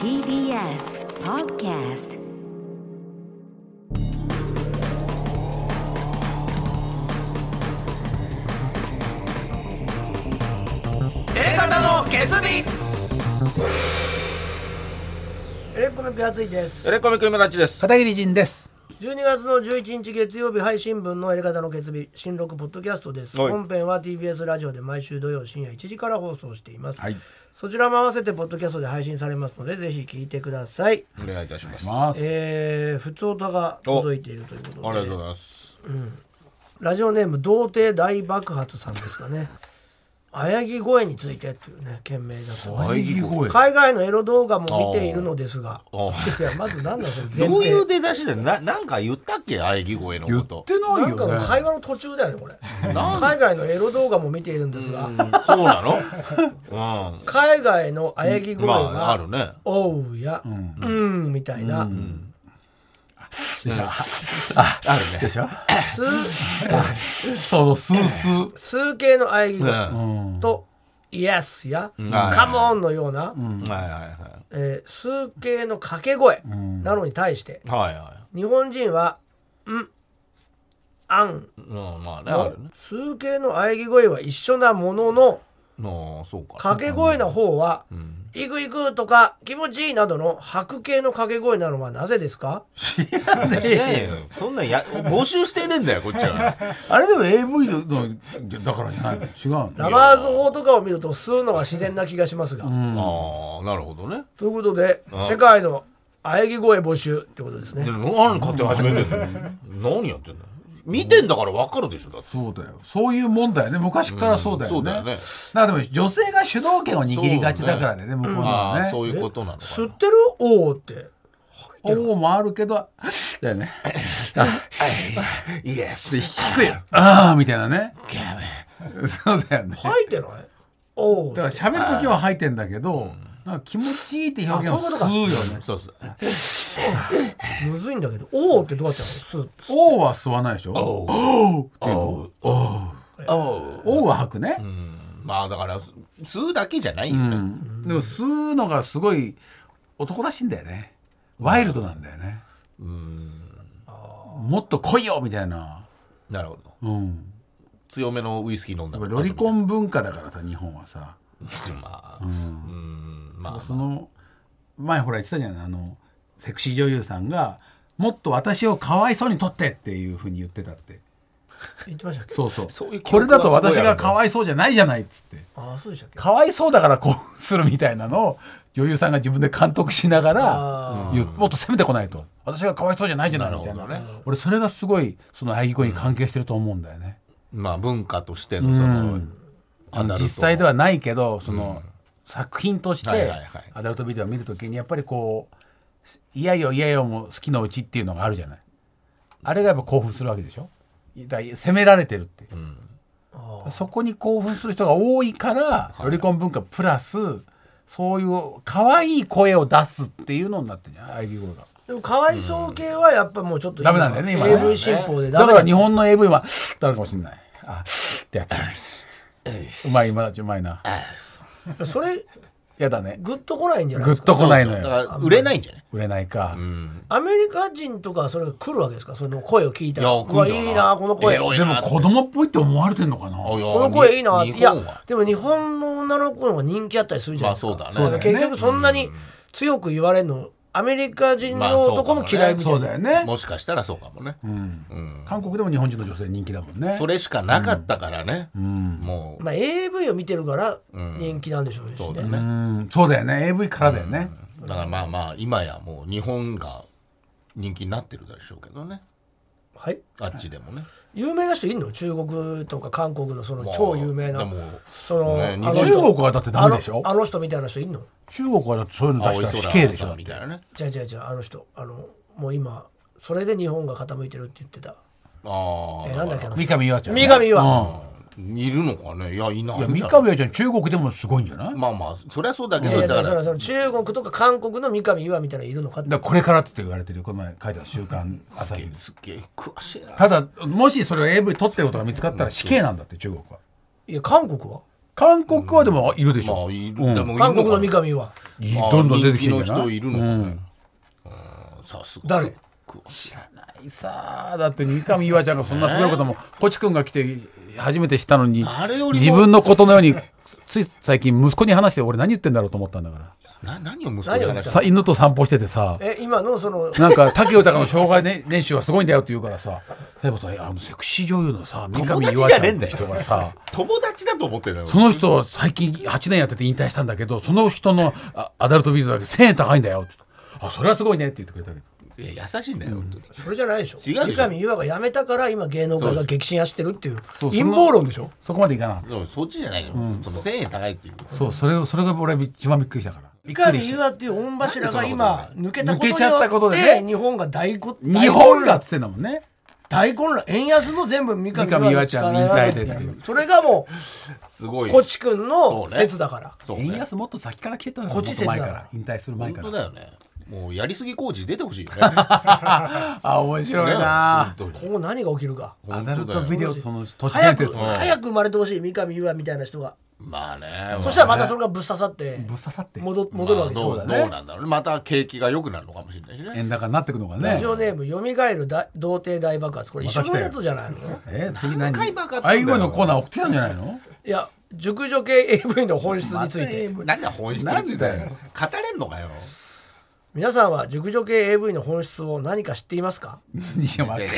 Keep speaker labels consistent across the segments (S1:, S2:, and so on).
S1: TBS Podcast
S2: 方の決意
S3: エレコミックやついです
S2: エレコミック今立ちです
S4: 片桐仁です。
S3: 12月の11日月曜日配信分のエレガタの決日新録ポッドキャストです
S2: はい
S3: 本編は TBS ラジオで毎週土曜深夜1時から放送しています、
S4: はい
S3: そちらも合わせてポッドキャストで配信されますのでぜひ聞いてください
S2: お願いいたしますあ
S4: まあ、
S3: えー、普通歌が届いているということで
S2: りがとうございます
S3: ラジオネーム童貞大爆発さんですか ね喘ぎ声についてっていうね件名だと
S2: 喘ぎ声
S3: 海外のエロ動画も見ているのですが
S2: おう
S3: いやまず何だその前 提
S2: どういう出だしでななんか言ったっけ喘ぎ声の
S4: 言
S2: こ
S4: っ
S2: と
S4: てない
S3: なんか
S4: よ
S3: の
S4: ね。
S3: 会話の途中だよねこれ海外のエロ動画も見ているんですが
S2: そうな のうん
S3: 海外の喘ぎ声
S2: まああ
S3: が
S2: るね
S3: 「おう」や「うん」みたいな
S2: あるね
S4: でしょ。
S3: 数
S4: そうそう、スースー。
S3: 数形の喘ぎ
S2: うん
S3: 声
S2: は
S3: と「イエス」や
S2: ん
S3: 「カモン」のようない
S2: はいは
S3: えー数形の掛け声なのに対して
S2: いはいは
S3: 日本人は「ん」「あん
S2: いうんまあ」ねあ
S3: の
S2: るね
S3: 数形の喘ぎ声は一緒なものの
S2: のそうか
S3: 掛け声の方は「いくいく」とか「気持ちいい」などの白系の掛け声なのはなぜですか
S2: いやいや そんなんや募集してねえんだよこっちは
S4: あれでも AV のだからじゃないの。違うの。
S3: ラマーズ法とかを見ると吸うのが自然な気がしますが。
S2: ああなるほどね
S3: ということで世界の喘ぎ声募集ってことです
S2: で
S3: ね。
S2: も何勝手に始めてんの何やってんの見てんだから分かるでしょだって
S4: そうだよ。そういうもんだよね。昔からそうだよね。
S2: そうだよね
S4: なんかでも女性が主導権を握りがちだからね。向こうな
S2: ああ
S4: の
S2: そ
S4: ね。
S2: ういうことなのか
S3: 吸
S2: な
S3: ってるおおって。
S4: おおもあるけど、だよね。
S2: イエス
S4: 聞くよ。ああみたいなね。そうだよね。
S3: 吐いてないおお。
S4: だから喋る時は吐いてんだけど、なんか気持ちいいって表現をするよね。
S2: そうそう
S3: むずいんだけど。おおってどうやってやるの吸って。
S4: おおは吸わないでしょ。
S2: おう
S4: おおは吐くね。
S2: まあだから吸うだけじゃないよ
S4: う
S2: ね
S4: んでも吸うのがすごい男らしいんだよねワイルドなんだよねもっと来いよみたいな、
S2: なるほど
S4: うん、
S2: 強めのウイスキー飲んだ
S4: やっぱロリコ
S2: ン
S4: ン文化だからさ日本はさ
S2: まあうんまあ
S4: その前ほら言ってたじゃないあのセクシー女優さんがもっと私をかわいそうに撮ってっていうふうに言ってたって
S3: 言ってましたっけ
S4: そうそう
S2: そういう記
S4: これ
S2: 憶は
S4: だと
S2: す
S4: 私
S2: ごいある
S4: が
S2: ね
S4: かわいそうじゃないじゃないっつって
S3: ああ、そうでしたっけ
S4: かわいそうだからこうするみたいなのを女優さんが自分で監督しながら言うもっと攻めてこないと私がかわいそうじゃないじゃないみたいな
S2: なるほど
S4: 俺それがすごいその喘ぎ声に関係してると思うんだよね、
S2: まあ文化としてのそのア
S4: あ
S2: ダ
S4: の
S2: ルト
S4: 実際ではないけどその、作品とし
S2: はい
S4: て
S2: はいはい
S4: アダルトビデオを見るときにやっぱりこう「いやよいやよ」も好きのうちっていうのがあるじゃないあれがやっぱ興奮するわけでしょだから責められてるって、そこに興奮する人が多いからロリコン文化プラスそういう可愛い声を出すっていうのになってんじゃない喘ぎ声が。
S3: でもかわいそう系はやっぱもうちょっと
S4: ダメなんだよね今ね
S3: AV 新法でダ
S4: だ
S3: メ
S4: か
S3: だ
S4: ら日本の AV はってあるかもしれない。あってやったらうまい今だちうまいな。
S3: それ
S4: やだね。
S3: グッとこないんじゃない
S4: グ
S3: です
S4: ッ
S3: か
S4: とこないの
S2: だ
S4: よ。
S2: から売れないんじゃない
S4: 売れないか。
S3: アメリカ人とかそれが来るわけですかその声を聞いた
S2: い
S3: ら
S2: や
S3: う
S2: 来
S3: わ
S2: んじゃない
S3: いいなこの声
S2: エロい
S4: でも子供っぽいって思われてんのかな。
S2: あいや
S3: この声いいな
S2: に
S3: い
S2: 日本
S3: や
S2: は
S3: でも日本の女の子の方が人気あったりするじゃないですか、
S2: まあそうだねそうだよ
S4: ね
S3: 結局そんなに強く言われるのアメリカ人の男も嫌いみた
S4: そ
S3: いうな、
S4: だよね。
S2: もしかしたらそうかもね
S4: 韓国でも日本人の女性人気だもんね
S2: そ。れしかなかったからねもう
S3: まあ、AV を見てるから人気なんでしょうしね、
S2: そうだ
S4: う
S2: ね
S4: ん、そうだよね。AV からだよね。
S2: だからまあまあ今やもう日本が人気になってるでしょうけどね
S3: はい
S2: あっちでもね
S3: 有名な人いるの中国とか韓国のその超有名な、
S2: でも
S3: その、
S2: ね
S3: あ
S2: 日
S3: の
S2: 本
S4: 中
S3: 人
S4: 国はだってダ
S3: あ
S4: メ
S3: の
S4: でしょ
S3: あ。の人みたいな人いんの
S4: 中国はだってそういうの出
S2: 青
S4: し
S2: い
S4: たら
S2: 空
S4: 死刑でし
S2: さ
S4: ょ
S2: ん。みたいなね
S3: じゃあじゃあじゃああの人あのもう今それで日本が傾いてるって言ってた
S2: ああ、
S3: えなんだっけな
S4: 三上岩ちゃんね。
S3: 三上岩
S4: うん
S2: いるのかねいやいない
S4: いや
S2: んじ
S4: 三
S2: ゃない
S4: 上岩ちゃん中国でもすごいんじゃない？
S2: まあまあそりゃそうだけ
S3: いや
S2: ど
S3: いやだ
S2: だ
S3: か
S2: から
S3: そ
S2: ら
S3: のその中国とか韓国の三上岩みたいなのいるのかって
S4: だからこれからって言われてるよこの前書いてある週刊朝日
S2: すっげえ詳しいな
S4: ただもしそれを AV 撮ってることが見つかったら死刑なんだって中国はい
S3: や韓国は
S4: 韓国はでもいるでしょ、
S2: まあいる、
S4: うん
S2: でもいるか
S3: 韓国の三上は
S2: まあ
S4: どんどん出てきてるんじ
S2: 人
S4: ゃ
S2: 気の
S4: な
S2: 人い
S4: い
S2: るのかね、うんさすが
S3: 誰
S2: クック
S4: 知らないさだって三上岩ちゃんがそんなすご いこともコチ君が来て初めてしたのに
S2: あれよりも
S4: 自分のことのようについ最近息子に話して俺何言ってんだろうと思ったんだか
S2: な何を息子に話し
S4: ら
S2: た
S4: さ犬と散歩しててさ
S3: え今のそ の
S4: なんか武豊の障害ね年収はすごいんだよって言うからさ例えばさあのセクシー女優のさ三上
S2: 友達
S4: 岩
S2: じ
S4: ちゃ
S2: ゃねえ
S4: んっ
S2: ん
S4: て
S2: だよ
S4: 人がさ
S2: 友達だと思ってるのよ
S4: その人最近8年やってて引退したんだけどその人のあアダルトビデオだけ1000円高いんだよって言ったあそれはすごいねって言ってくれたけど
S2: いや優しいんだよ、本当に
S3: それじゃないでしょ
S2: 違うでしょ
S3: 三上優愛が辞めたから今芸能界が激震走ってるっていう
S4: そう
S3: 陰謀論でしょ
S4: そこまでいかな
S2: でもそっちじゃないの、その1000円高いっていう
S4: そうそれをそれが俺一番びっくりしたからびっ
S3: 三
S4: く
S3: 上
S4: り
S3: 優
S4: した
S3: 愛っていう御柱が今抜けたこ
S4: 抜けちゃったこと
S3: と
S4: で
S3: によって
S4: ね
S3: 日本が大こ
S4: 日本だっつってんだもんね
S3: 大混乱円安も全部三上
S4: 三上
S3: 優
S4: 優
S3: 愛
S4: 愛
S3: ち
S4: ち
S3: ゃ
S4: ゃ
S3: ん
S4: ん
S3: に
S4: に
S3: 引
S4: 引
S3: 退で
S4: 退で
S3: っ
S4: ってて
S3: い
S4: いう
S3: それがも
S2: すご
S3: う
S2: い
S3: コチ君の
S2: そうね
S3: 説だから
S2: そうね
S4: 円安もっと先から消えたの
S3: こっち説だ
S4: もっ
S3: から
S4: と前から引退する前
S2: 本
S4: か
S2: 当
S4: ら
S2: だよねもうやりすぎ工事出てほしい よね
S4: あ面白いな
S2: 本当に
S3: 今後何が起きるか
S4: アダルトビデオその都市
S3: 早
S4: 伝
S3: く
S4: 説
S3: 早く生まれてほしい三上優愛みたいな人が
S2: まあね
S3: そしたらまたそれがぶっ刺さって
S4: ぶっ刺さって
S3: 戻
S2: まあ
S3: 戻るわけでし
S2: ど
S3: ょ
S2: う
S4: そうだね
S2: どうなんだろうねまた景気が良くなるのかもしれないしね
S4: 円高になってくのが
S3: ラ
S4: ね
S3: ジオネーム蘇る大童貞大爆発これ一緒のやつじゃないの
S4: え次何
S2: 回爆発す
S4: アイ
S2: んだよ
S4: ゴのコーナー送ってたんじゃないの
S3: いや熟女系 AV の本質について
S2: なんだ本質
S4: なんだよ
S2: 語れんのかよ
S3: 皆さんは熟女系 AV の本質を何か知っていますか
S4: いや待って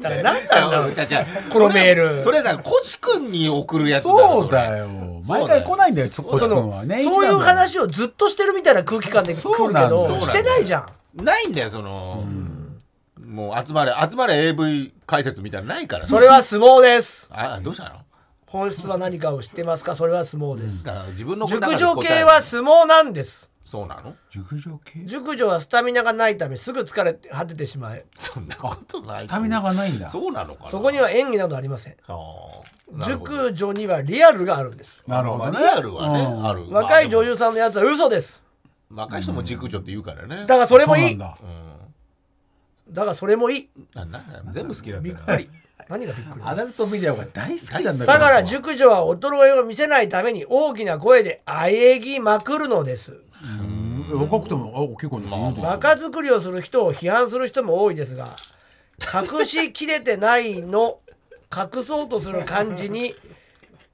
S3: だから何なんだろう
S2: じゃあじゃあ
S3: このメール
S2: それそれだからコチ君に送るやつだろ
S4: そうだよ毎回来ないんだよこっち
S3: そ
S4: くん
S3: の
S4: はね
S3: そういう話をずっとしてるみたいな空気感で来る
S4: そう
S3: け
S4: なんだ
S3: ど
S4: よ
S3: してないじゃん
S2: それないんだよそのもう集まれ集まれ AV 解説みたいなのないから
S3: それは相撲です
S2: あどうしたの
S3: 本質は何かを知ってますかそれは相撲です
S2: だから自分の中
S3: 熟
S2: で
S3: 女
S2: 答え
S3: 系は相撲なんです
S2: そうなの
S4: 熟女系
S3: 熟女はスタミナがないためすぐ疲れて果ててしまえ
S2: そんなことない
S4: スタミナがないんだ
S2: そうなのかな
S3: そこには演技などありません
S2: あーなるほど
S3: 熟女にはリアルがあるんです
S4: なるほどね
S2: まあリアルはね、
S4: うん
S2: ある
S3: 若い女
S2: まあ
S3: 優さんのやつは嘘です
S2: でも若い人も熟女って言うからね
S3: だからそれもい
S4: そう
S3: い
S4: なんだ
S3: だからそれもいい
S2: ななん全部好きなんだ
S3: びっ
S2: よ
S3: く り何がびっくり
S4: アダルトビデオが大好きなんだ
S3: だから熟女は衰えを見せないために大きな声であえぎまくるのです
S4: 若くてもあ結構ま
S3: バカ作りをする人を批判する人も多いですが隠しきれてないの隠そうとする感じに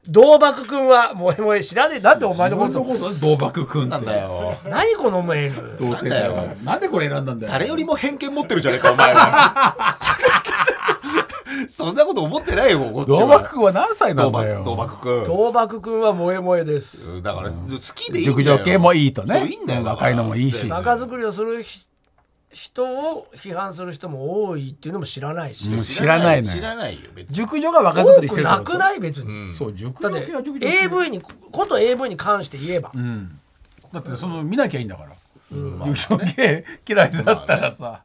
S3: 道爆くんは萌え萌え知らねえなんでお前のこと
S4: 同爆くん
S2: なんだよ
S3: 何このメール
S4: 童貞だよなんでこれ選んだんだよ
S2: 誰よりも偏見持ってるじゃねえかお前は そんなこと思ってないよこっちは
S4: 同爆くんは何歳な
S2: ド
S4: んだ
S2: バドバ
S4: よ
S2: クく
S3: 道爆くんは萌え萌えです
S2: んだから好きでいいん
S4: 熟
S2: だよ
S4: 女系もいいとね
S2: そういいんだよ
S4: 若いのもいいし
S3: バカ作りをするひ人を批判する人も多いっていうのも知らないし、
S4: うん知らないの
S2: 知ら
S4: よ
S2: ないよ別に
S4: 熟女が若
S3: 多
S4: 作りして
S3: く
S4: る
S3: なく
S4: い
S3: ない別に、
S4: そう熟
S3: だっ
S4: 女
S3: て
S4: 系は熟女
S3: AV にこと AV に関して言えば、
S4: うんだってその見なきゃいいんだから熟女系嫌いだったらさ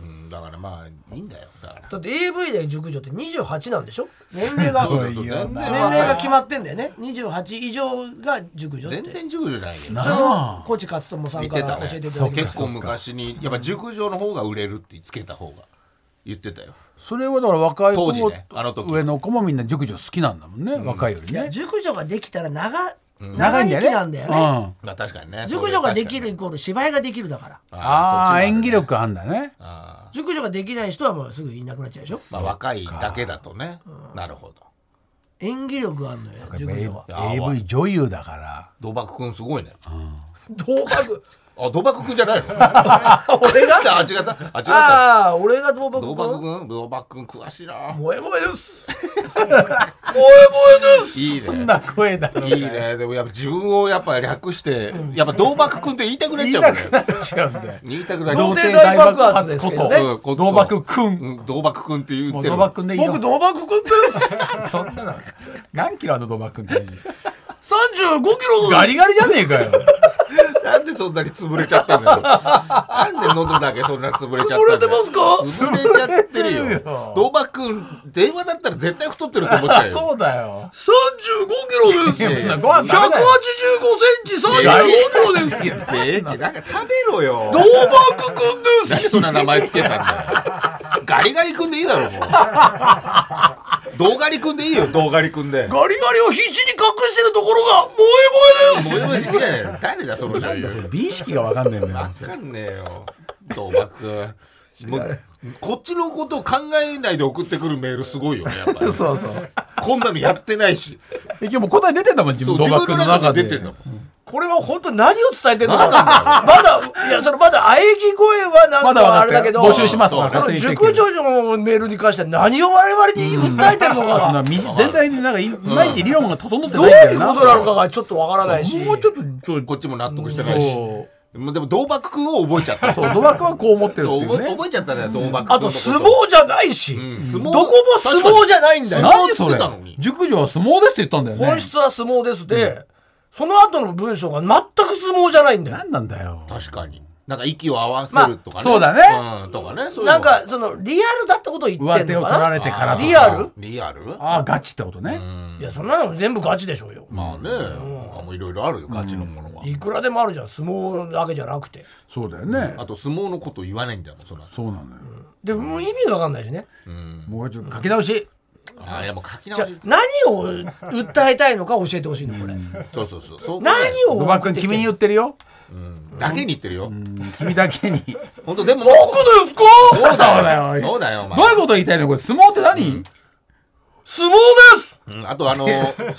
S2: うんだからまあいいんだよだから
S3: だって AV で熟女って28なんでしょ年齢が
S4: ご
S3: 年
S4: いよ
S2: 全然
S4: な
S3: 齢が決まってんだよね28以上が熟女って
S2: 全然熟女じゃないよ
S4: な
S3: それを
S4: あ
S3: コチ勝友さん
S2: 見
S3: か
S2: て
S3: ら
S2: た
S3: 教え
S2: ね
S3: ていただきまし
S2: 結構昔にやっぱ熟女の方が売れるってつけた方が言ってたよ
S4: それはだから若い子
S2: 当時
S4: も、
S2: ねあの時
S4: 上の子もみんな熟女好きなんだもんね、若いより
S3: た
S4: ね
S3: 熟女ができたら長
S4: 長
S3: 長
S4: い
S3: 生
S4: んだ
S3: き
S4: よね
S3: なんだよ
S4: うん、
S3: ね
S4: あ
S2: まあ確かにね
S3: 熟女ができるイ
S2: そ
S3: コール芝居ができるだから
S2: れは
S4: あ
S2: 確かにそ
S4: ー
S2: っちも
S4: 演
S2: るね
S4: 技力あんだね
S2: あ
S3: 熟女ができない人はもうすぐいなくなっちゃうでしょ
S2: ーまあ若いだけだとねなるほど
S3: 演技力あんのよ熟女は
S4: AV 女優だから
S2: ドバクくんすごいね
S3: 同 爆
S2: あドバクくんじゃないのあ
S3: 俺が
S2: 違った あ違った
S3: ああ俺が同爆
S2: ドバクくんドバクくん詳しいな
S3: 萌え萌えです 萌え萌えです
S2: いいね
S4: な声だろ
S2: いいねでもやっぱ自分をやっぱ略してやっぱドバクくんって言いたくなっちゃうもんね
S4: 違うんだよ
S2: 言いたくなっちゃ
S3: 童
S2: う
S3: 貞大爆発ですけどね
S4: こと同爆くん
S2: うんドバクくんって言
S4: も
S2: っ
S4: う
S2: てる
S4: 同爆くんでいいよ
S3: 僕同爆くんです
S4: そんなの何キロあの同爆くんって
S3: 35キロ
S4: ガリガリじゃねえかよ
S2: なんでそんなに潰れちゃったんだよ。なんで喉だけそんな潰れちゃったんだよ。
S3: 潰れてますか
S2: 潰れちゃってる
S4: 潰れ
S2: よ
S4: てるよ。
S2: ドバ君、電話だったら絶対太ってると思ったよ。
S4: そうだよ
S3: 35キロです
S2: いや
S4: そんなご飯食べない
S3: センチ35
S2: ガリ
S3: 秒です
S2: で、なんか食べろよ。
S3: 爆くんで
S2: なんでそんな名前つけたんだよ。ガリガリ君でいいだろ、もう。動画りくんでいいよ、動画りくんで。
S5: ガリガリを必死に隠してるところが萌え萌え
S2: もう言うにしないよ誰だ、その女優。
S4: 美意識がわかんないんだよ
S2: わ
S4: ね
S2: かんねえよ。賭博。もうこっちのことを考えないで送ってくるメールすごいよね、やっぱり。
S4: そうそうえ
S2: こんなのやってないし。
S4: 今日もう答え出てんだもん自
S2: そう、
S4: 分
S2: 自
S4: 動
S2: 分の
S4: 画の
S2: 中
S4: 中
S2: で
S4: で
S2: 出てんだもん。
S5: これは本当何を伝えてるのかなまだいやそれまだ喘ぎ声はなん
S4: まだ
S5: かあ
S4: わか
S5: れ
S4: ん
S5: だ
S4: ない
S5: けど
S4: 募集します
S2: そう
S4: わ
S5: こ
S4: か
S5: の
S4: んない
S5: 熟女のメールに関しては何を我々に訴えてるのか
S4: な
S5: が
S4: み全体になんかいまいち理論が整って
S5: ど
S4: な
S5: う
S4: いんだ
S5: いう
S4: よな
S5: ことなのかがちょっとわからないし
S4: もうちょっとそう
S2: こっちも納得してないし。
S4: そう
S2: もうでも、道爆くんを覚えちゃった。
S4: そう賭博はこう思ってるって
S2: そう
S4: い
S2: 覚
S4: う
S2: え
S4: ね
S2: 覚えちゃったね、道爆くんのこと。
S5: あと相撲じゃないし、
S2: うん相撲
S5: どこも相撲じゃないんだよ
S2: 確か
S4: 何それ
S2: 相撲って言ってたのに
S4: 熟女は相撲ですって言ったんだよね
S5: 本質は相撲ですで、その後の文章が全く相撲じゃないんだよ
S4: 何なんだよ
S2: 確かに。なんか息を合わせるとかね。
S4: まあそうだ
S2: ね。うん、とかね。そういうの
S5: なんかそのリアルだってことを言って
S4: 上
S5: ん
S4: 手を
S5: の
S4: 取
S5: からな
S4: れてからとか
S5: リアル
S2: リアル
S4: ああガチってことね
S5: いやそんなの全部ガチでしょうよ、
S2: まあね、他もいろいろあるよ、ガチのものは。
S5: いくらでもあるじゃん相撲だけじゃなくて
S4: そうだよね
S2: あと、相撲のこと言わないんだよ、その後
S4: そうなのよ
S5: でもう意味が分かんないしね
S4: もうちょっと書き直し
S2: ああ、やっぱ書き
S5: じ
S2: 直
S5: ゃあ
S2: し。
S5: 何を訴えたいのか教えてほしいのこれ、
S2: そうそうそう。そう
S5: 何を
S4: 賭
S5: 送
S4: 博
S5: っ
S4: 君
S5: てきて
S4: 君に言ってるよ
S2: だけに言ってるよ。
S4: 君だけ に
S2: 本当でも、
S5: 僕ですか
S2: そうだ
S4: そうだ
S2: よ。
S4: よ
S2: そうだよ、お前
S4: どういうことを言いたいのこれ相撲って何
S5: 相撲です
S2: うんあと、あの、
S5: スタミナがな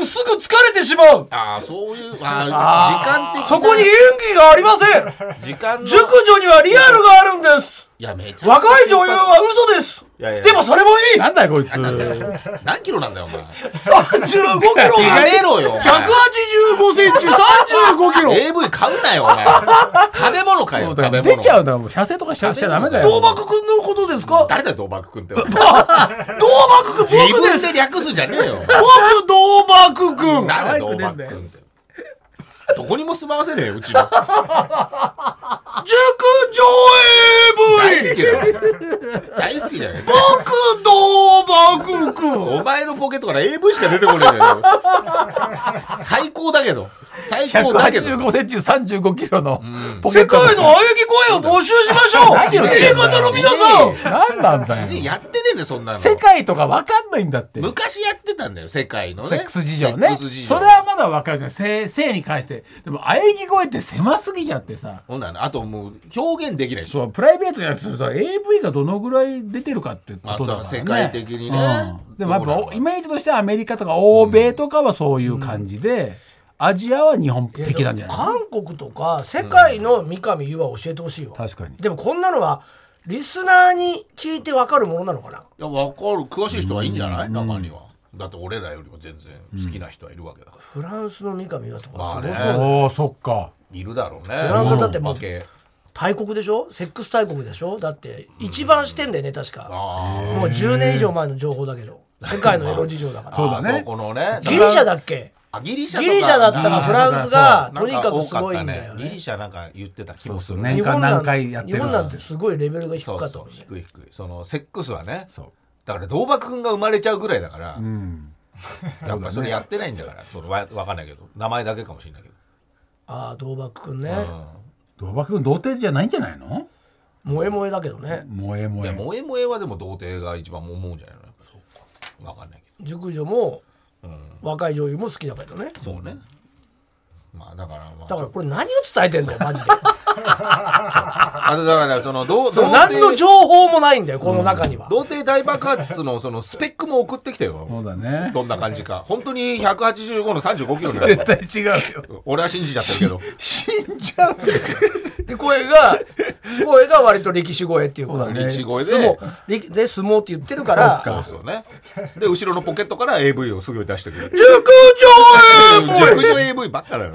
S5: くすぐ疲れてしまう
S2: ああ、そういう、ああ、時間的
S5: そこに演技がありません
S2: 時間の。
S5: 熟女にはリアルがあるんです
S2: いや、めちゃ
S5: 若い女優は嘘です
S2: いやいや
S5: でもそれもいい
S4: なんだよこ いつ
S2: 何キロなんだよ、お前。
S5: 35キロ
S2: やめ
S5: で
S2: ろよ。お前
S5: 185センチ35キロ
S2: AV 買うなよ、お前。食べ物かよ、
S4: そう
S2: 食
S4: だ
S2: べ
S4: よ
S2: 物。
S4: 出ちゃうんだよもう射精とかしちゃしちゃダメだよ
S5: 道幕くんのことですか
S2: 誰だよ、道爆くん って。
S5: 道幕くん僕
S2: 自
S5: で
S2: 分
S5: す
S2: で略すんじゃねえよ。
S5: 僕道幕くん
S2: なんだ
S4: 可
S2: よ、道
S4: 愛くねえん
S2: 爆
S4: だよ
S2: くんって。どこにも住まわせねえよ、うちは。
S5: 熟女 AV
S2: 大好きだよ。大好きじゃねえか。
S5: 僕道幕くん
S2: お前のポケットから AV しか出てこねえだよ。最高だけど。最高だけど。
S4: 185センチ35キロのポケ
S5: 世
S4: ット
S5: 界の喘ぎ声を募集しましょう
S4: 何を言っ
S5: 入
S4: て
S5: れ
S4: んだ
S5: 方
S4: よ
S5: の皆さん
S4: 何なんだ
S2: ね
S4: よ
S2: やってねえんだよ、そんなの。
S4: 世界とかわかんないんだって
S2: 昔やってたんだよ、世界のね。
S4: セックス事情ね
S2: セックス事情
S4: それはまだわかるじゃん性性に関してでも喘ぎ声って狭すぎちゃってさ
S2: ほんなのあともう表現できないでしょ。
S4: そうプライベートじゃなくてすると AV がどのぐらい出てるかっていうことだか
S2: ま
S4: ら、ね
S2: あそう世界的にね
S4: うんでもや
S2: どうな
S4: っ
S2: の
S4: ぱイメージとしてはアメリカとか欧米とかはそういう感じで、アジアは日本的なんじゃない
S5: 韓国とか世界の三上優は教えてほしいわ、
S4: 確かに
S5: でもこんなのはリスナーに聞いてわかるものなのかない
S2: や、わかる。詳しい人はいいんじゃない中には。だって俺らよりも全然好きな人はいるわけだから。
S5: フランスの三上優とか
S2: まあ
S5: す
S2: ね
S5: ごそう、
S4: おーそっか
S2: いるだろうね。フ
S5: ランスだってもう
S2: 負け。
S5: 大国でしょセックス大国でしょだって一番してんだよね確か、
S2: ああ。
S5: もう10年以上前の情報だけど世界のエロ事情だから、
S4: そうだね
S2: あそこのね。
S5: ギリシャだっけ
S2: あギリシャと
S5: ギ
S2: か
S5: リシャだった
S2: な
S5: ら
S2: んか
S5: フランスが
S2: な
S5: と
S2: ん
S5: にかく
S2: 多
S5: すごいんだ
S2: か
S5: よ
S2: ったギ
S5: ね
S2: リシャなんか言ってた気もす
S4: そう
S2: る
S4: そう
S2: ね。
S4: ね
S5: 日本
S4: 年
S5: なん
S4: 間何回やって
S5: 日
S4: る
S5: 本なんてすごいレベルが低
S2: そ
S5: か
S2: う
S5: った
S2: そ
S5: もん
S2: う
S5: ね
S2: 低い低いそのセックスはね
S4: そう
S2: だから道爆くんが生まれちゃうぐらいだから、
S4: うん
S2: やっぱそれやってないんだからそのわわかんないけど名前だけかもしれないけど、
S5: ああ道幕くんね、
S4: ドバ君童貞じゃないんじゃないの
S5: 萌え萌えだけどね
S4: 萌え
S2: うん、い
S4: 萌
S2: や
S4: え
S2: 萌え萌えはでも童貞が一番思うんじゃないのやっぱそうかわかんないけ
S5: 熟女も若い女優も好きだけどね
S2: どそうねまあだからまあ
S5: だかららこれ何を伝えてん だよマジで
S2: あとだからそのどう
S5: その何の情報もないんだよこの中には、
S2: 童貞大爆発のそのスペックも送ってきてよ
S4: そうだね
S2: どんな感じか本当に185の35キロにな
S4: 絶
S2: る
S4: 対違うよ
S2: 俺は信じちゃってるけど
S4: 死んじゃうよ
S5: で声 が声が割と力士声っていうか
S4: そうだね
S2: 一声で
S5: 相撲力で相撲って言ってるから
S4: そうか
S2: そうですよね。で、後ろのポケットから AV をすぐ出してくる。
S5: 熟女へ
S2: 熟女 AV ばっかだよ。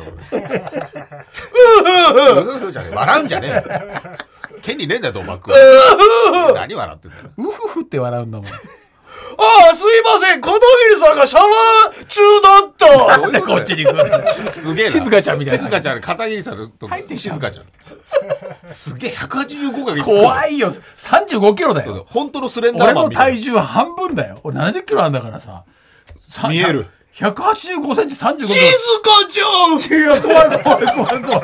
S2: 俺うふふじゃねえ笑うんじゃねえよ。権利ねえんだよ、ドンバック。何笑ってんだよ。
S4: ウフフって笑 うんだもん
S5: ああすいません片桐さんがシャワー中だった
S2: どういうとだよ
S4: に行くの
S2: すげえな。
S4: 静香ちゃんみたいな
S2: 静香ちゃん、片桐さんのとこ
S4: 入ってきた
S2: 静香ちゃん。すげえ、185かけ
S4: 怖いよ35キロだよ
S2: 本当のスレンダ
S4: 俺
S2: ーマン
S4: の
S2: みたいな。
S4: 体重半分だよ俺70キロあんだからささ
S2: 見える
S4: 185センチ35キ
S5: 静
S4: ロ
S5: 香ちゃん
S4: 怖い怖い怖い怖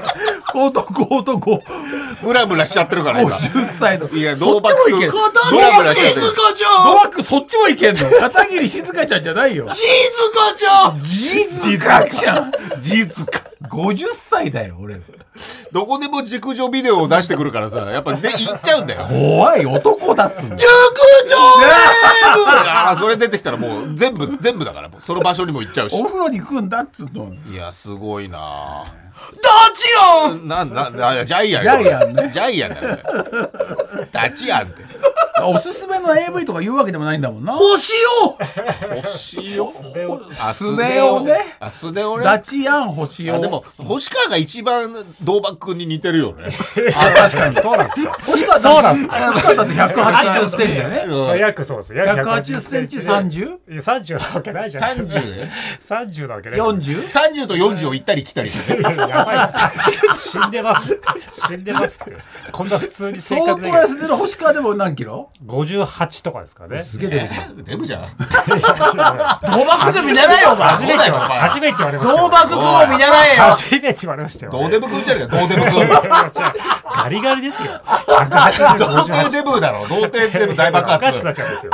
S4: い男男
S2: ムラムラしちゃってるから今
S4: 50歳の
S2: いや
S4: そ
S2: ど
S4: っ
S2: う
S4: ちもいける
S2: バ
S4: ド
S2: ック
S4: バック
S2: 静
S4: かちゃんドバックそっちもいけんの片桐静香ちゃんじゃないよ
S2: 静香ちゃん
S4: 静香ちゃん静香50歳だよ俺
S2: どこでも熟女ビデオを出してくるからさやっぱで行っちゃうんだよ
S4: 怖い男だっつうの
S2: ああそれ出てきたらもう全部全部だからもうその場所にも行っちゃうし
S4: お風呂に行くんだっつうの
S2: いやすごいな
S5: オン
S2: なななジャイアン
S4: ジャイアンね
S2: ジャイアンだよダチアンって
S4: おすすめの AV とか言うわけでもないんだもんな
S5: 星 を
S2: 星をあ
S4: スネ夫ね
S2: あスネオね
S4: ダチアン星
S2: あ
S4: を
S2: でも星川が一番ドーバックに似てるよね
S4: あ確かにそうなんですか星川そうなんですか星川だって180センチだよね
S6: あ約そうです。約
S4: 180センチ30
S6: いや30なわけないじゃん。
S2: 30
S6: 30なわけない。
S4: 40
S2: 30と40を行ったり来たりして
S6: いややばいっす。死んでます。死んでますって。こんな普通に生
S4: 相
S6: 活
S4: 当
S6: できる
S4: 痩せてる星川でも何キロ
S6: 58とかですからね。
S4: すげえ出てくる
S2: デブじゃん
S5: ドバク君見習えよお前
S6: 初めて言われ初めて言われました
S5: ド
S6: よ。
S5: バク君を見習えよ
S6: 初めて言われましたよ。
S2: どうデブくんじゃねえかどうデブくん
S6: ガリガリですよ。
S2: 童貞
S6: 180
S2: デブだろ童貞デブ大爆
S6: おか
S2: 発
S6: しくなっちゃうんですよ。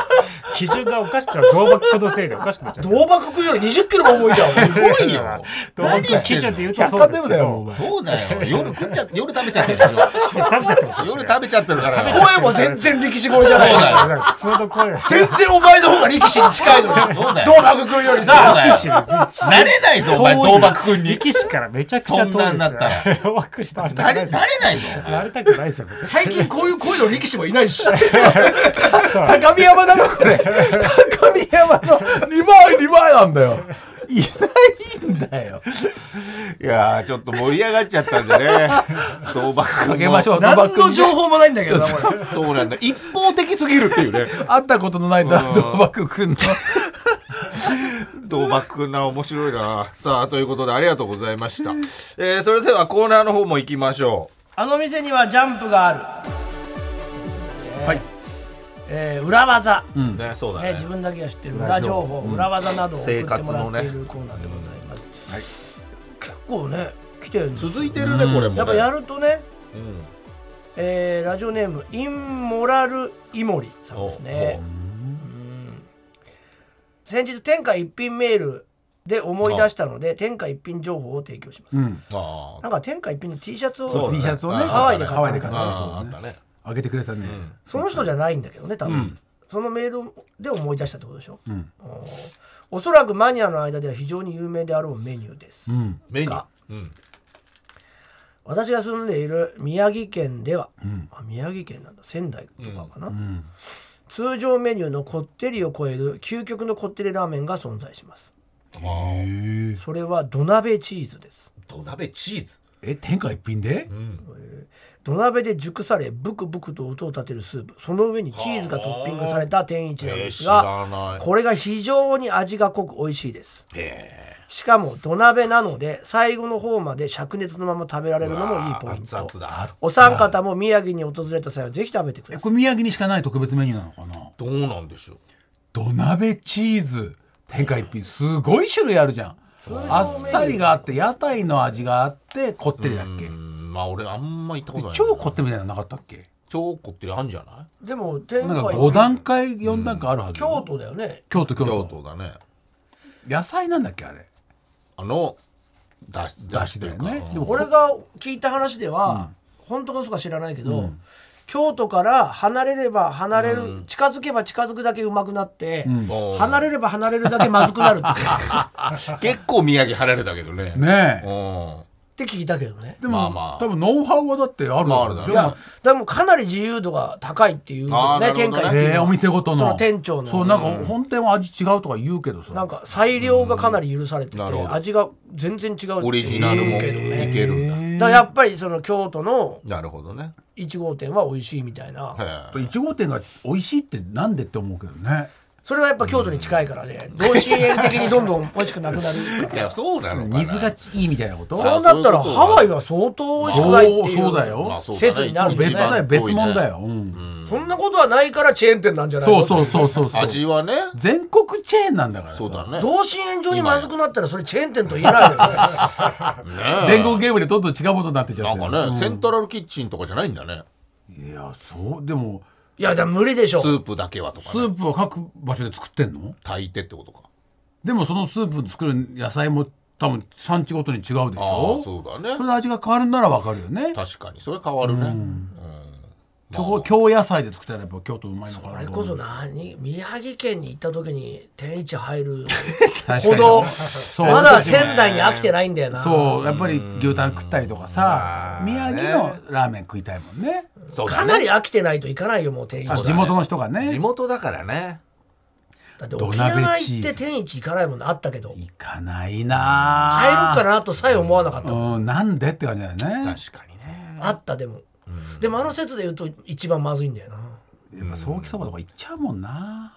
S6: 基準がおかしくなる。ドーバックのせいでおかしくなっちゃう。
S5: ドバク君より20キロも重いじゃん
S2: すごいよ
S6: ドーバック基準で言うと
S4: 百
S6: そう
S4: 貨
S6: です
S4: 店
S6: け
S4: だよお
S6: ど。
S4: 前
S2: そうだ よ夜食っちゃ夜食べちゃってるでしょ
S6: 食べちゃってますよ。それ
S2: 夜食べちゃってるからよ
S5: 声も全然力士声じゃないし
S6: なんか普通の声。
S5: 全然お前の方が力士に近いのに
S2: そうだよ
S5: ドバク君より
S2: そう
S5: さ
S2: だよ
S6: な
S2: なれないぞお前
S6: 遠い
S2: 童爆くんに
S6: 力士からめちゃくちゃ遠いです
S2: そん
S6: よ。
S2: なんなった ら
S6: 童爆になりた
S2: な
S6: くない
S2: れ
S6: ですよ
S2: なれないぞ
S6: なりたくないですよ。別に
S5: 最近こういう声の力士もいないし
S6: そう
S4: 高見山なのこれ高見山の2枚2枚なんだよいないんだよ
S2: いやーちょっと盛り上がっちゃったんで ね童爆く
S4: あ
S2: ん
S4: げましょう
S5: 何
S4: ドバック
S5: の
S4: に
S5: 情報もないんだけどなこれ
S2: そうなんだ一方的すぎるっていうね
S4: 会ったことのないドバック君の
S2: ドーバックな面白いなさあということでありがとうございました、えーそれではコーナーの方も行きましょ
S5: あの店にはジャンプがある。
S2: はい
S5: えー。えー裏技、
S2: うねそうだ
S5: ね、
S2: ね
S5: 自分だけが知ってる裏情報、裏技などを送って
S2: 生活
S5: もら
S2: の
S5: っ
S2: ね
S5: ているコーナーでございます。結構ね、来てるんです
S2: 続いてるねこれもね
S5: やっぱやるとね、
S2: うん
S5: えーラジオネームインモラルイモリさんですね。うん先日天下一品メールで思い出したので天下一品情報を提供します。
S4: うん
S2: あ
S5: なんか天下一品の T シャツを
S2: そうだね
S4: T シャツをね
S5: ハワイで
S4: ハワイ
S5: 買
S4: で
S5: った
S4: 買っ
S5: んだ
S4: たね
S2: あああったね
S4: あげてくれたね
S5: その人じゃないんだけどね多分、
S4: うん
S5: そのメールで思い出したってことでしょ、
S4: うん
S5: おーおそらくマニアの間では非常に有名であろうメニューです、
S4: うん
S2: メニュー
S5: か
S2: うん
S5: 私が住んでいる宮城県では、あ宮城県なんだ仙台とかかな、
S4: ん
S5: 通常メニューのこってりを超える究極のこってりラーメンが存在します
S4: へえ
S5: それは土鍋チーズです
S2: 土鍋チーズ
S4: え天下一品で
S5: 土鍋で熟されブクブクと音を立てるスープその上にチーズがトッピングされた天一なんですが、
S2: えー知らない
S5: これが非常に味が濃く美味しいですしかも土鍋なので最後の方まで灼熱のまま食べられるのもいいポイン
S2: 熱々
S5: ト
S2: だ
S5: お三方も宮城に訪れた際はぜひ食べてく
S4: え
S5: だ
S4: こ
S5: さい
S4: れ宮城にしかない特別メニューなのかな
S2: どうなんでしょう
S4: 土鍋チーズ天下一品すごい種類あるじゃんあっさりがあって屋台の味があってこってりだっけ
S2: うんまあ俺あんま行ったことないな
S4: 超こってりみたいなのなかったっけ
S2: 超こってりあんじゃない
S5: でも天
S4: なんか
S5: 下
S4: 5
S5: 一
S4: 段階4段階あるはず
S5: 京都だよね
S4: 京都京
S2: 京
S4: 都
S2: 都だね
S4: 野菜なんだっけあれ
S2: あのだし
S4: だしだよねでも
S5: 俺が聞いた話では、本当かそうか知らないけど、京都から離れれば離れる、近づけば近づくだけうまくなって、
S2: ん
S5: 離れれば離れるだけまずくなる って
S2: 結構宮城離れたけどね
S4: ね
S2: うん
S4: え
S5: って聞いたけどね
S4: でも、
S2: まあまあ
S4: 多分ノウハウはだってある
S2: まああるだろうね
S4: じゃあ
S5: でもかなり自由度が高いっていうんだよ
S2: あ
S5: ね
S2: ーなる
S5: 天
S2: ほ
S5: 下
S2: ど
S5: 一
S2: ね
S5: 品
S4: えーお店ごとの
S5: その店長の
S4: そうなんか本店は味違うとか言うけどさ
S5: なんか裁量がかなり許されてて、
S2: なるほど
S5: 味が全然違う
S2: オリジナルもい
S5: けどね
S2: けるんだ
S5: だからやっぱりその京都の
S2: なるほどね
S5: 1号店は美味しいみたいな
S2: へえ
S4: 1号店が美味しいってなんでって思うけどね
S5: それはやっぱ京都に近いからね同心円的にどんどん美味しくなくなる
S2: いやそうなのかな
S4: 水がいいみたいなこと
S5: そう
S2: あ
S5: なったら
S2: そういうこと
S5: ハ
S2: は
S5: ワイは相当美味しくないっていう
S4: おーそうだよ
S2: まあそうだね
S5: 説になるんで
S4: 別
S5: すね
S4: だよ別物だよ、うん
S5: そんなことはないからチェーン店なんじゃないの
S4: そうそうそうそうそう
S2: 味はね
S4: 全国チェーンなんだからさ
S2: そうだね
S5: 同心円状にまずくなったらそれチェーン店と言えないよね
S4: 伝言ゲームでどんどん違うことになってっちゃ
S2: な
S4: ってる
S2: んかねセントラルキッチンとかじゃないんだね
S4: いやそうでも
S5: いやじゃあ無理でしょ
S2: スープだけはと
S4: ス
S2: かね
S4: ープは各場所で作ってんの
S2: 炊いてってことか
S4: でもそのスープの作る野菜も多分産地ごとに違うでし
S2: ああ
S4: ょ
S2: そうだ
S4: それ
S2: ね
S4: で味が変わるんならわかるよね
S2: 確かにそれ変わるね
S4: 京京野菜で作ったらやっぱ京都うまいのかな
S5: あれこそ何宮城県に行った時に天一入る
S4: 確か
S5: ほ
S4: に
S5: ど
S4: そう
S5: まだ仙台に飽きてないんだよな
S4: そうやっぱり牛タン食ったりとかさ宮城のラーメン食いたいもんね
S2: そうだ
S5: か
S2: ね
S5: なり飽きてないといかないよもう天一
S4: あ地元の人がね
S2: 地元だからね
S5: だって
S4: 土
S5: 沖
S4: 鍋
S5: 縄
S4: チ
S5: 行
S4: ー
S5: っ
S4: ズ
S5: て天一行かないもんねあったけど入
S4: 行かないな
S5: るかなとさえ思わなかったもん
S4: うんなんでって感じだよね
S2: 確かにね
S5: あったでもでもあの説で言うと一番まずいんだよな
S4: やっぱ早期そばとか行っちゃうもんな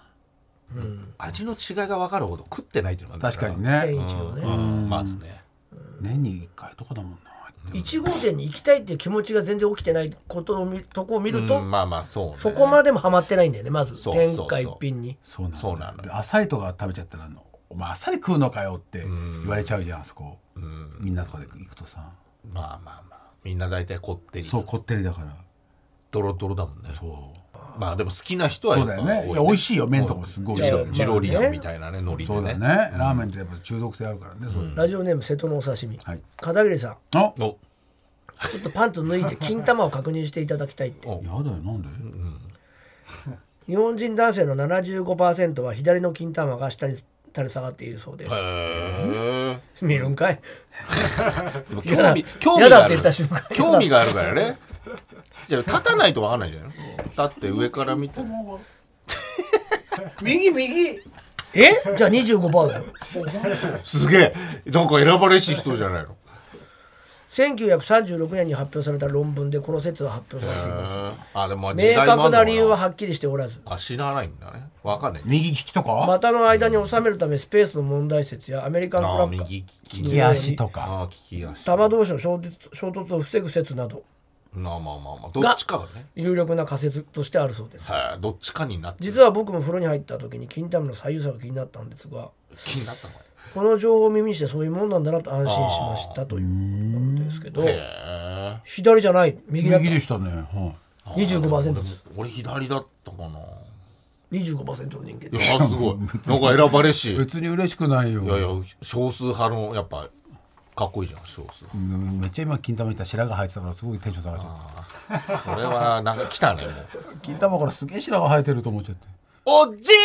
S2: 味の違いが分かるほど食ってないっていうのがある
S4: 確か
S5: 天
S4: にね
S5: 一をね
S2: うんまずね
S4: 年に1回とかだもんな
S5: 1号店に行きたいっていう気持ちが全然起きてないことを見とこを見ると、
S2: うんまあまあそうね
S5: そこまでもハマってないんだよねまず
S2: そう
S5: 天下一品に
S4: そうな
S2: そう
S4: の
S2: なの
S4: であさりとか食べちゃったらあの「お前あさり食うのかよ」って言われちゃうじゃんあそこみんなとかで行くとさ
S2: まあまあまあみんな大体こってり
S4: そうこってりだから
S2: ドロドロだもんね
S4: そう
S2: まあでも好きな人は
S4: そ
S2: や
S4: う
S2: っぱ
S4: だ
S2: 多
S4: よ
S2: い
S4: ねいや美味しいよ麺とかもすごい
S2: ジロ
S4: 美味しい
S2: ジロリアンみたいなね海苔
S4: そう
S2: で
S4: だよ
S2: ね
S4: ねラーメンってやっぱ中毒性あるからねそういう
S5: ラジオネーム瀬戸のお刺身、
S4: はい
S5: 片桐さん
S4: あ
S2: お
S5: ちょっとパンツ脱いで金玉を確認していただきたいって
S2: お
S4: やだよなんで
S5: 日本人男性の75%は左の金玉が下に垂れ下がっているそうです、
S2: へ
S5: 見るんかい
S2: ーでも
S5: や
S2: 興
S5: だ
S2: 味興
S5: や
S2: 味
S5: だって
S2: がある
S5: 言った瞬間
S2: 興味があるからねじゃあ立たないと分かんないじゃない立って上から見て
S5: 右右えじゃあ25%だよ
S2: すげえなんか選ばれしい人じゃないの
S5: 1936年に発表された論文でこの説は発表されています
S2: あでも時
S5: 明
S2: 代もあ
S5: 確
S2: んのか
S5: な理由ははっきりしておらず
S2: あ知らないんだね分かんない
S4: 右利きとか
S5: 股の間に収めるためスペースの問題説やアメリカンク
S2: あ
S5: ラブ
S2: 右
S5: カ
S2: 利き
S4: 利き足とか
S2: ああ聞きやすい
S5: 玉同士の衝突衝突を防ぐ説など
S2: まあまあまあまあどっちかがね
S5: 有力な仮説としてあるそうです
S2: はいどっちかになって
S5: 実は僕も風呂に入った時に金玉の左右差が気になったんですが
S2: 気になったのかね
S5: この情報を耳にしてそういうもんなんだなと安心しましたということなんですけど
S2: へえ
S5: 左じゃない右だった
S4: 右でしたねはい
S5: 25%です
S2: 俺左だったかな
S5: 25%の人間
S2: い
S5: です
S2: やすごいなんか選ばれしいい
S4: 別に嬉しくないよ
S2: やいや少数派のやっぱかっこいいじゃん少数派
S4: うんめっちゃ今金玉にいたら白髪生えてたからすごいテンション下がっちゃっ
S2: これはなんか来たねもう
S4: た金玉からすげえ白髪生えてると思っちゃって
S2: おじい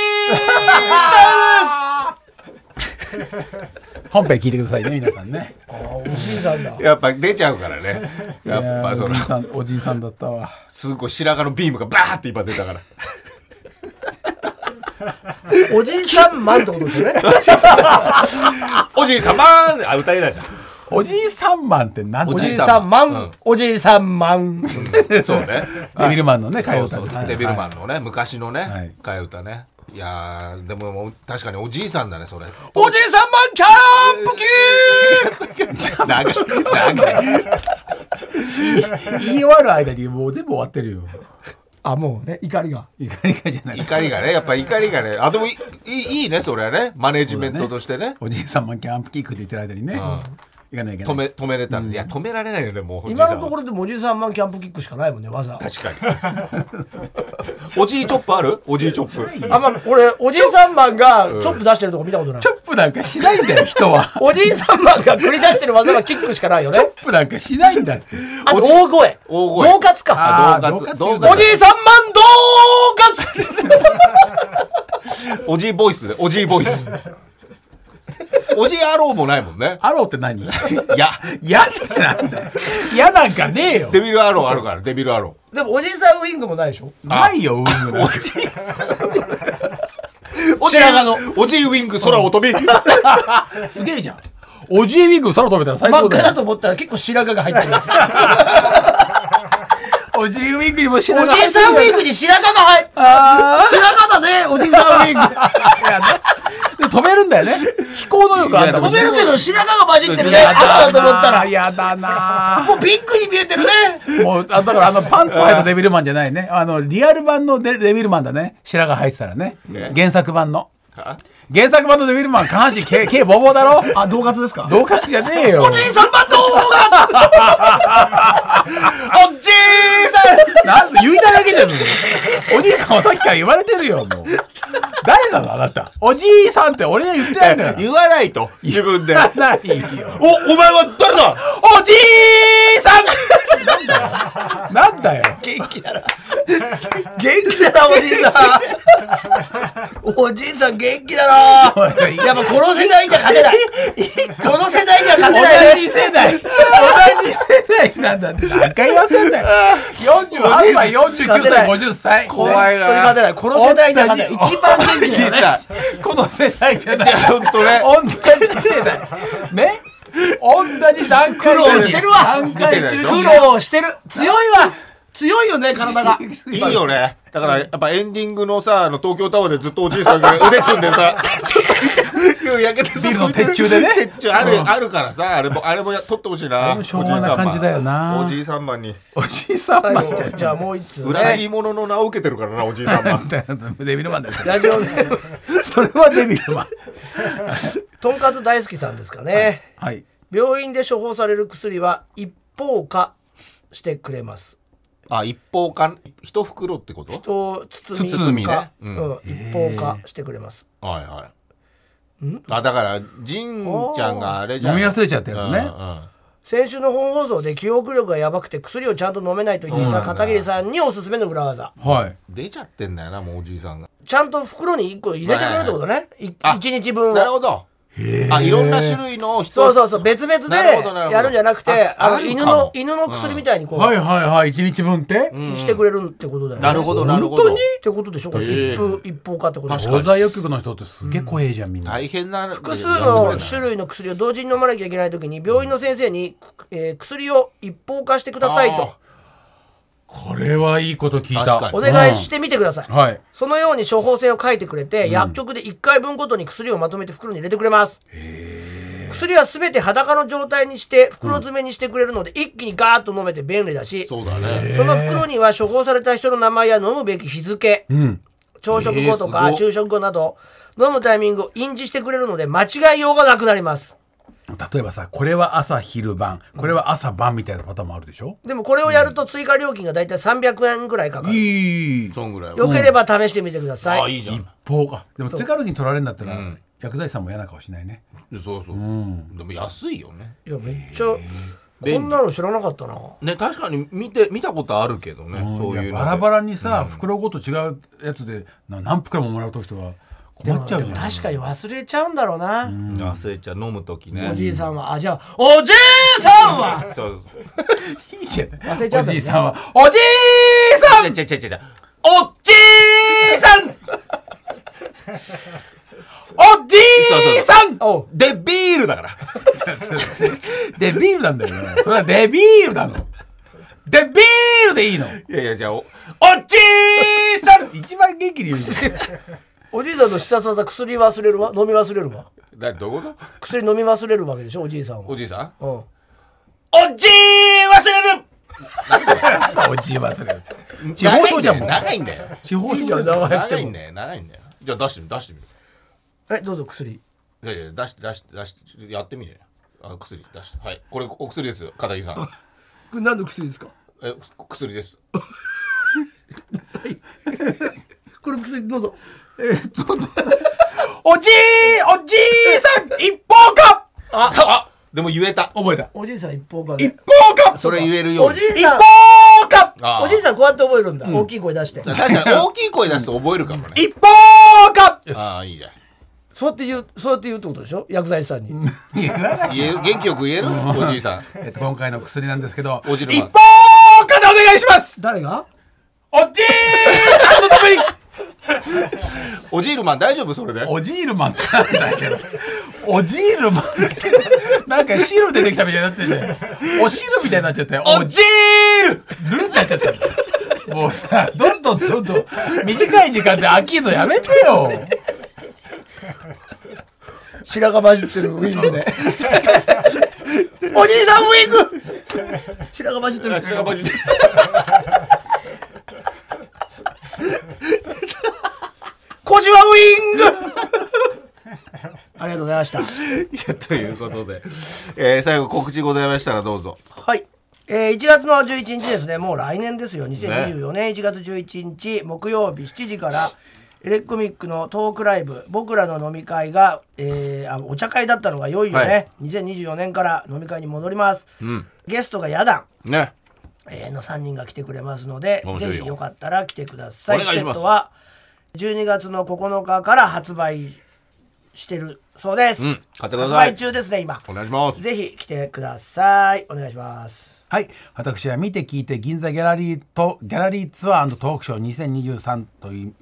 S4: 本編聞いてくださいね皆さんね
S5: ああおじいさんだ
S2: やっぱ出ちゃうからねやっぱ
S4: いやー
S2: そ
S4: おじ
S2: の
S4: いさんおじいさんだったわ
S2: すごい白髪のビームがバーって今出たから
S5: おじいさんマンってことです よね
S2: おじいさまーんあ歌えないな
S4: おじいさんマンってなん
S2: おじい
S4: ん
S2: さんマン
S5: おじいさんマン
S2: そうね
S4: デビルマンのね替え
S2: そう
S4: 歌
S2: そう
S4: ですね
S2: デビルマンのね昔の
S4: はい
S2: ね替え歌ねいやーでももう確かにおじいさんだねそれ
S4: おじいさんマンキャンプキ
S2: 長い長い
S4: ー言い終わる間にもう全部終わってるよ
S5: あもうね怒りが
S4: 怒りがじゃない
S2: 怒りがねやっぱ怒りがねあでもいいいいいねそれはねマネジメントとしてね
S4: おじいさんマンキャンプキークって言ってる間にね行かなきゃいけない
S2: 止め止めれたんでいや止められないよねもうおじいさ
S5: 今
S2: んは
S5: のところでもおじいさんマンキャンプキックしかないもんね技
S2: 確かにおじいチョップあるおじいチョップ
S5: あまあ、俺おじいさんマンがチョップ出してるとこ見たことない
S4: チョップなんかしないんだよ人 は
S5: おじいさんマンが繰り出してる技はキックしかないよ
S4: チョッ
S5: ね
S4: プなんかしないんだって
S5: あと大声
S2: 大声
S5: 恫喝か
S2: あ
S4: あ
S2: 動
S4: ー
S2: 画
S4: 動
S2: 動
S4: 画
S2: 画
S5: おじいさんマン恫喝
S2: おじいボイスでおじいボイスおじいアローもないもんね
S4: アローって 何
S2: いや
S4: 嫌ってなんだよ嫌なんかねえよ
S2: デビルアローあるからデビルアロ
S5: でもおじいさんウイングもないでしょ
S4: ないよウイングなんか
S2: ーおじい
S4: 白髪の
S2: おじいウィング空を飛び
S4: すげえじゃんおじいウィング空飛べたら最
S5: 真っ
S4: 高
S5: 赤
S4: だ
S5: だ
S4: よ
S5: と思ったら結構白髪が入ってる
S4: おじいウィークにも白
S5: お
S4: 髪
S5: じいさんウィークに白髪が入って
S4: あ
S5: 白髪だねおじいさんウィーク
S4: ー いやねで飛べるんだよね飛行能力あ んだも
S5: 止
S4: んね
S5: めるけど白髪が混じって るね
S2: いや
S5: 赤だと思ったら
S4: やだな
S5: もうピンクに見えてるね
S4: もうあだからあのパンツ履いたデビルマンじゃないねあのリアル版のデデビルマンだね白髪生えてたらね
S2: ね
S4: 原作版の原作版のデビルマン下半身毛毛ボーボーだろ
S5: あ同活ですか
S4: 同活じゃねえよ
S5: おじいさんバンド
S2: おじいさん
S4: なん言いたいだけじゃんおじいさんはさっきから言われてるよもう誰なのあなたおじいさんって俺が言ってないんだよ
S2: 言わないと自分で
S4: 言わないよ
S2: おお前は誰だ
S4: おじいさんなんだよ
S5: 元気だな元気だなおじいさん おじいさん元気だな
S4: なんだよ
S5: やっぱこの世代じゃ勝 てないこの世代じゃ勝てない
S4: 同じ世代同じ世代なんだって何回言わせんだよ48歳49歳50歳
S2: 怖い
S5: 本当に勝て
S2: な
S5: ないこの世代じゃ勝てない一番
S2: お
S5: 元
S2: じ
S5: 気
S2: い
S5: だよね
S2: さん
S4: この世代じゃない
S2: 本当ね
S4: 同じ世代ね同じ段階
S5: 苦労してるわ
S4: 段階中
S5: 苦労してる強いわ強いよね体が
S2: いいよね。だから、やっぱエンディングのさ、あの、東京タワーでずっとおじいさ んが腕組んでさ、ちょっと、焼けて
S4: ビルの鉄柱でね
S2: 鉄柱ある、あるからさ、あれも、あれもや取ってほしいな。
S4: れも昭和な感じだよな
S2: おじいさんまんに。
S4: おじいさん
S5: 最
S4: マンじゃ
S5: 後じゃあもう一つ
S2: 裏切り者の名を受けてるからな、おじいさんまん。
S4: デビルマンだよ
S5: ラジオネーム
S4: それはデビルマン
S5: とんかつ大好きさんですかね、
S4: はい
S5: 病院で処方される薬は一方化してくれます
S2: あ、一方か、一袋ってこと
S5: 人を包み
S4: 包みね
S5: か、うん一方化してくれます、
S2: はいはい。あ、だから、ジンちゃんがあれじゃん。
S4: 飲み忘れちゃったやつね
S2: うんうん
S5: 先週の本放送で記憶力がやばくて薬をちゃんと飲めないと言っていた片桐さんにおすすめの裏技
S4: はい
S2: 出ちゃってんだよな、もうおじいさんが。
S5: ちゃんと袋に1個入れてくれるってことねい
S2: あ
S5: 一日分
S2: なる
S5: を
S2: ほど。あ、いろんな種類の人
S5: そうそうそう別々で
S2: なるほどなるほど
S5: やるんじゃなくて
S2: あ
S5: あの
S2: あるかも
S5: 犬の犬の薬みたいにこ
S4: はいうはいはい一日分って
S5: してくれるってことだよね
S2: なるほど、なるほど。
S4: 本当に
S5: ってことでしょこれ
S2: ええ
S5: 一風一方化ってことでしょ
S4: 東西薬局の人ってすげえ怖えじゃんみんな
S2: 大変な
S5: 複数の種類の薬を同時に飲まなきゃいけない時に病院の先生に、えー薬を一方化してくださいと
S4: これはいいこと聞い
S2: 確か
S4: た
S5: お
S2: に
S5: 願いしてみてください、
S4: はい
S5: そのように処方箋を書いてくれて、薬局で1回分ごとに薬をまとめて袋に入れてくれます薬は全て裸の状態にして袋詰めにしてくれるので、一気にガーッと飲めて便利だし
S2: そうだね
S5: その袋には処方された人の名前や飲むべき日付、
S4: うん
S5: 朝食後と
S2: えー
S5: か
S2: すご
S5: 昼食後など飲むタイミングを印字してくれるので間違いようがなくなります
S4: 例えばさこれは朝昼晩これは朝晩みたいなパターンもあるでしょ
S5: でもこれをやると追加料金がだいたい300円ぐらいかかる。
S4: いい
S2: そんぐらいは
S5: よければ試してみてください。
S2: あいいじゃん
S4: 棒がでも追加料金取られるんだったら薬剤師さんも嫌な顔しないね
S2: そうそう、でも安いよね
S5: いやめっちゃこんなの知らなかったな。
S2: ね確かに見て見たことあるけどね、そういうの
S4: い
S2: で
S4: やバラバラにさ袋ごと違うやつでな何袋ももらうと人は困っちゃうじゃん
S5: 確かに忘れちゃうんだろうな。
S2: 忘れちゃう飲む時ね
S5: おじいさんはあじゃあおじいさんは
S2: そうそうそう
S4: いいじゃん
S5: れちゃう
S4: お
S5: んだよね
S4: じいさんはおじいさん
S2: 違う違う違う違うおじいさん
S4: おじいさん
S5: おう
S2: でビールだから
S4: デビールなんだよねそれはデビールなのデビールでいいの
S2: いやいやじゃあお
S4: おじいさん一番元気に言うじゃん
S5: おじいさんの視察技薬忘れるわ飲み忘れるわ
S2: だどこだ
S5: 薬飲み忘れるわけでしょおじいさんは
S2: お。じいさん
S5: うん
S2: おじい忘れる
S4: おじい忘れる地方症じゃんもん
S2: 長いんだよ
S4: 地方症じゃん
S5: 長
S2: 長いんだよ長いんだよじゃあ出してみ出してみ
S5: えどうぞ薬。
S2: いやいや出して出して出してやってみてあ薬出してはいこれお薬ですよ片桐さん
S5: これ何の薬ですか。
S2: えく薬です
S5: これ薬どうぞ。
S4: おじいおじいさん一方か
S2: あでも言えた
S4: 覚えた
S5: おじいさん一方化
S4: 一
S5: で。
S4: 方か
S2: それ言えるよう
S5: お
S2: に
S5: じい
S4: 一
S5: さん
S4: 方か
S2: あー
S5: おじいさんこうやって覚えるんだ。大きい声出して。
S2: 確かに大きい声出すと覚えるかもね
S4: 一方か
S2: ああいいじゃん
S5: そうやって言うそうやって言うってことでしょ薬剤師さんに。
S4: 言わない
S2: 言える元気よく言えるおじいさん
S4: えっと今回の薬なんですけど
S2: おじる
S4: 一
S2: ま
S4: 方かでお願いします
S5: 誰が
S4: おじいさんのために
S2: おじいるマン大丈夫それで
S4: おじいるマンってなんだけど。おじいるマンって、なんか汁出てきたみたいになってて、お汁みたいになっちゃって、おじいるルってなっちゃった。もうさ、どんどんどんどん、短い時間で飽きるのやめてよ。
S5: 白髪混じってるウィングでおじいさんウィング白髪混じってる
S2: 白髪混じって
S5: 小じわウィング ありがとうございました
S2: いやということで、えー最後告知ございましたらどうぞ
S5: はい。えー、1月の11日ですね、もう来年ですよ、2024年1月11日、木曜日7時から、エレコミックのトークライブ、僕らの飲み会が、えーあお茶会だったのがいよいよね、
S2: はい
S5: 2024年から飲み会に戻ります。
S2: ん
S5: ゲストがヤダン、
S2: ね
S5: えーの3人が来てくれますので
S2: 面、白い
S5: ぜ
S2: よ
S5: ひよかったら来てください。
S2: お願いしま
S5: チケッ
S2: す
S5: トは12月の9日から発売してるそうです。
S2: うん買ってください
S5: 発売中ですね、今。
S2: お願いします
S5: ぜひ来てください。お願いします。
S4: はい私は見て聞いて銀座ギャラリーとギャラリーツアートークショー2023という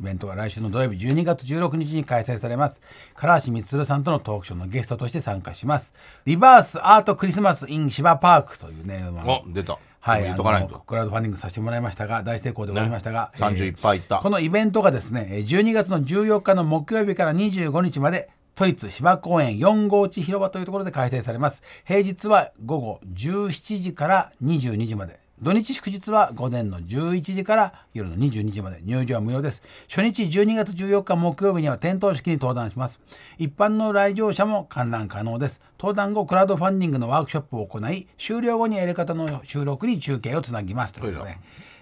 S4: イベントが来週の土曜日12月16日に開催されます唐橋光さんとのトークショーのゲストとして参加しますリバースアートクリスマス in 芝パークというね、まあ
S2: お出た
S4: はい
S2: 言っ
S4: あ
S2: とかない
S4: の
S2: と
S4: クラウドファンディングさせてもらいましたが大成功で終わりましたが、
S2: ね31杯いった
S4: このイベントがですねえー12月の14日の木曜日から25日まで都立芝公園4号地広場というところで開催されます平日は午後17時から22時まで土日祝日は午前の11時から夜の22時まで入場は無料です初日12月14日木曜日には点灯式に登壇します一般の来場者も観覧可能です登壇後クラウドファンディングのワークショップを行い終了後にエレカタの収録に中継をつなぎますということで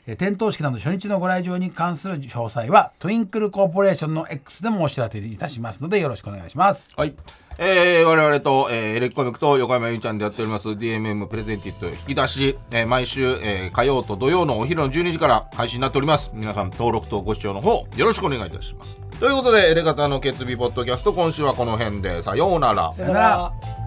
S4: えー点灯式など初日のご来場に関する詳細はトゥインクルコーポレーションの X でもお知らせいたしますのでよろしくお願いします。
S2: はい。えー、我々と、えー、エレキコミックと横山由依ちゃんでやっております DMM プレゼンティット引き出し、えー毎週、えー火曜と土曜のお昼の12時から配信になっております。皆さん登録とご視聴の方よろしくお願いいたします。ということで、エレガタの決意ポッドキャスト今週はこの辺でさようなら。
S4: さよなら